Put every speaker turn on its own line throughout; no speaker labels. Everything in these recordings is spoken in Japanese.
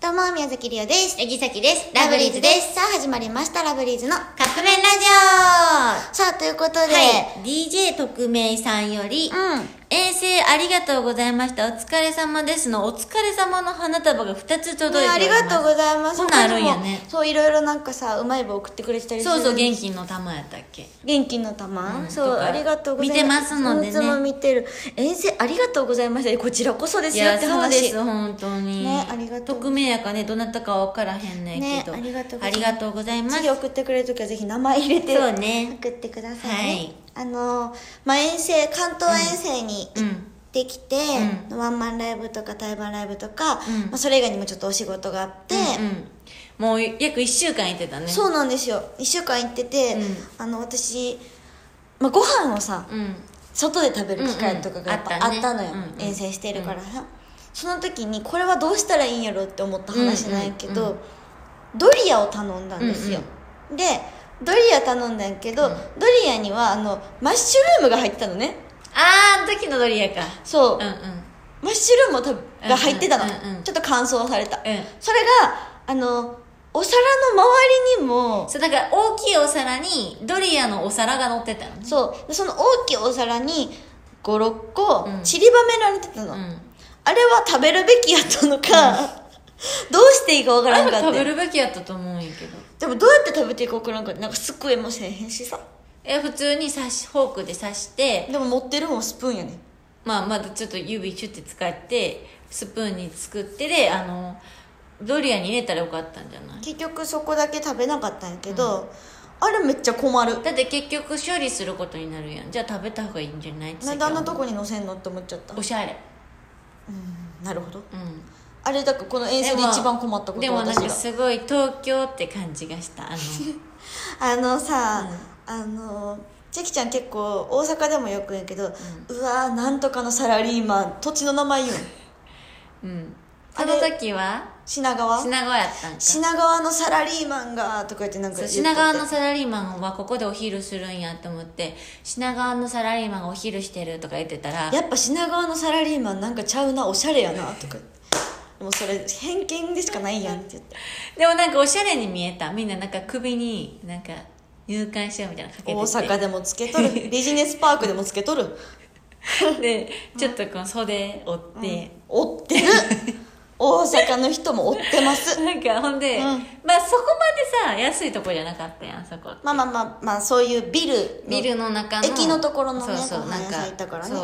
どうも、宮崎りおです。
えぎさきです。
ラ
ラ
ブ
ブ
リー
リー
ズ
ズ
で
です。
す。さあ、始まりました、ラブリーズの。
カップ麺ラジ
さあ、ということで、
オはい。DJ 特命さんより、
うん。
遠征ありがとうございました。お疲れ様ですの、お疲れ様の花束が2つ届いており
ね
ます。
ありがとうございます。
こんなんあるんや
他
ね
にもそう、いろいろなんかさ、うまい棒送ってくれてたりする。
そうそう、元
気。
気の玉やったっけ。
元気の玉、
うん
そう、
とか
ありがとうございます。
見てますのでね
いつも見てる。遠征、ありがとうございました。こちらこそです
い
よっ
や、
て
そう
話。
です、本当に。
ねありがとう
匿名やかね、どなたかは分からへんねんけど。
ねありがとうございます
ありがとうございます。
次送ってくれるときはぜひ名前入れて
そうね
送ってくださいね、
はい
あの、まあ、遠征関東遠征に
う
行っ
ん。
てきて、ワンマンライブとか対バンライブとか、
ん
まあ、それ以外にもちょっとお仕事があって、
うんうん、もう約1週間行ってたね。
そうなんですよ1週間行ってて、
うん
あの私、まあ、ご飯をさ
うん。
外で食べる機会とかがやっぱ
うんうん
あ
あ
っ
っ
た
たね
のよ、
うんうん
遠征してるからさ、その時にこれはどうしたらいいんやろって思った話なんやけど、
うんうん
ドリアを頼んだんですよ、でドリア頼んだんやけど、ドリアにはあのマッシュルームが入ってたのね
あー、あの時のドリアか。
そう、
うんうん。
マッシュルームを食べが入ってたの、
うんうんうん
ちょっと乾燥された、
うん
それがあのお皿の周りにも
そうだから大きいお皿にドリアのお皿が乗ってたのね
そうでその大きいお皿に56個
うん
散りばめられてたの、
ん
あれは食べるべきやったのか、どうしていいかわか
あ
らん
れ
かって
食べるべきやったと思うんやけど
でもどうやって食べていいかわからんかってなんかすっごいもせえへんしさ
え普通に刺しフォークで刺して
でも持ってるもんスプーンやね
まあまだちょっと指シュッて使ってスプーンに作ってであのドリアに入れたらよかったんじゃない
結局そこだけ食べなかったんやけど、あれめっちゃ困る
だって結局処理することになるやんじゃあ食べた方がいいんじゃないって
なんであんなとこに乗せんのって思っちゃった
おしゃれ
なるほど
うん
あれだからこの遠征で一番困ったこと
でもなん
私
か
が
すごい東京って感じがしたあ の
あのさ、あのチェキちゃん結構大阪でもよく言うけど、うわーなんとかのサラリーマン土地の名前言うん
うん
あ
そ
れ
の時は
品川
品川やったんか
品川のサラリーマンがとか言ってなんか
そ
言っと
う
って
品川のサラリーマンはここでお昼するんやと思って品川のサラリーマンがお昼してるとか言ってたら
やっぱ品川のサラリーマンなんかちゃうなおしゃれやなとかでもそれ偏見でしかないやんって言って
でもなんかおしゃれに見えたみんななんか首になんか入館しようみたいなのかけてて
大阪でもつけとるビジネスパークでもつけとる
でちょっとこの袖折って、
追ってる大阪の人も追ってます
なんかほんで、
うん
まあそこまでさ安いとこじゃなかったやんそこ
まあまあまあまあそういうビルの
ビルの中の
駅のところのね
そうそ
ご
う
飯
な
屋さ
ん
ん
か
行ったからね
そ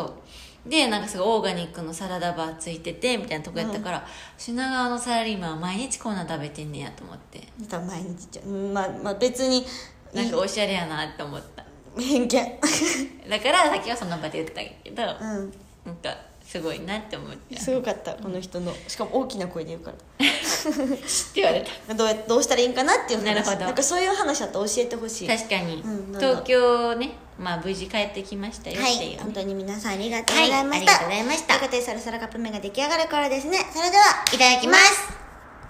うでなんかすごいオーガニックのサラダバーついててみたいなとこやったから、品川のサラリーマンは毎日こんなん食べてんねやと思って
なんか毎日じゃうんまあまあ別に
なんかおしゃれやなって思った
偏 見
だからさっきはその場で言ってたけど、
うん
なんかすごいなって思って知っ
すごかったこの人のしかも大きな声で言うから
て言われた
どうやどうしたらいいんかなっていう話
なるほど
んかそういう話だったら教えてほしい
確かに、
うんなんだ
東京ねまあ無事帰ってきましたよっ
は
てい、
いう本当に皆さんありがとうございました、
はいありがとうございました
ということでそろそろカップ麺が出来上がる頃ですねそれではい
いただきます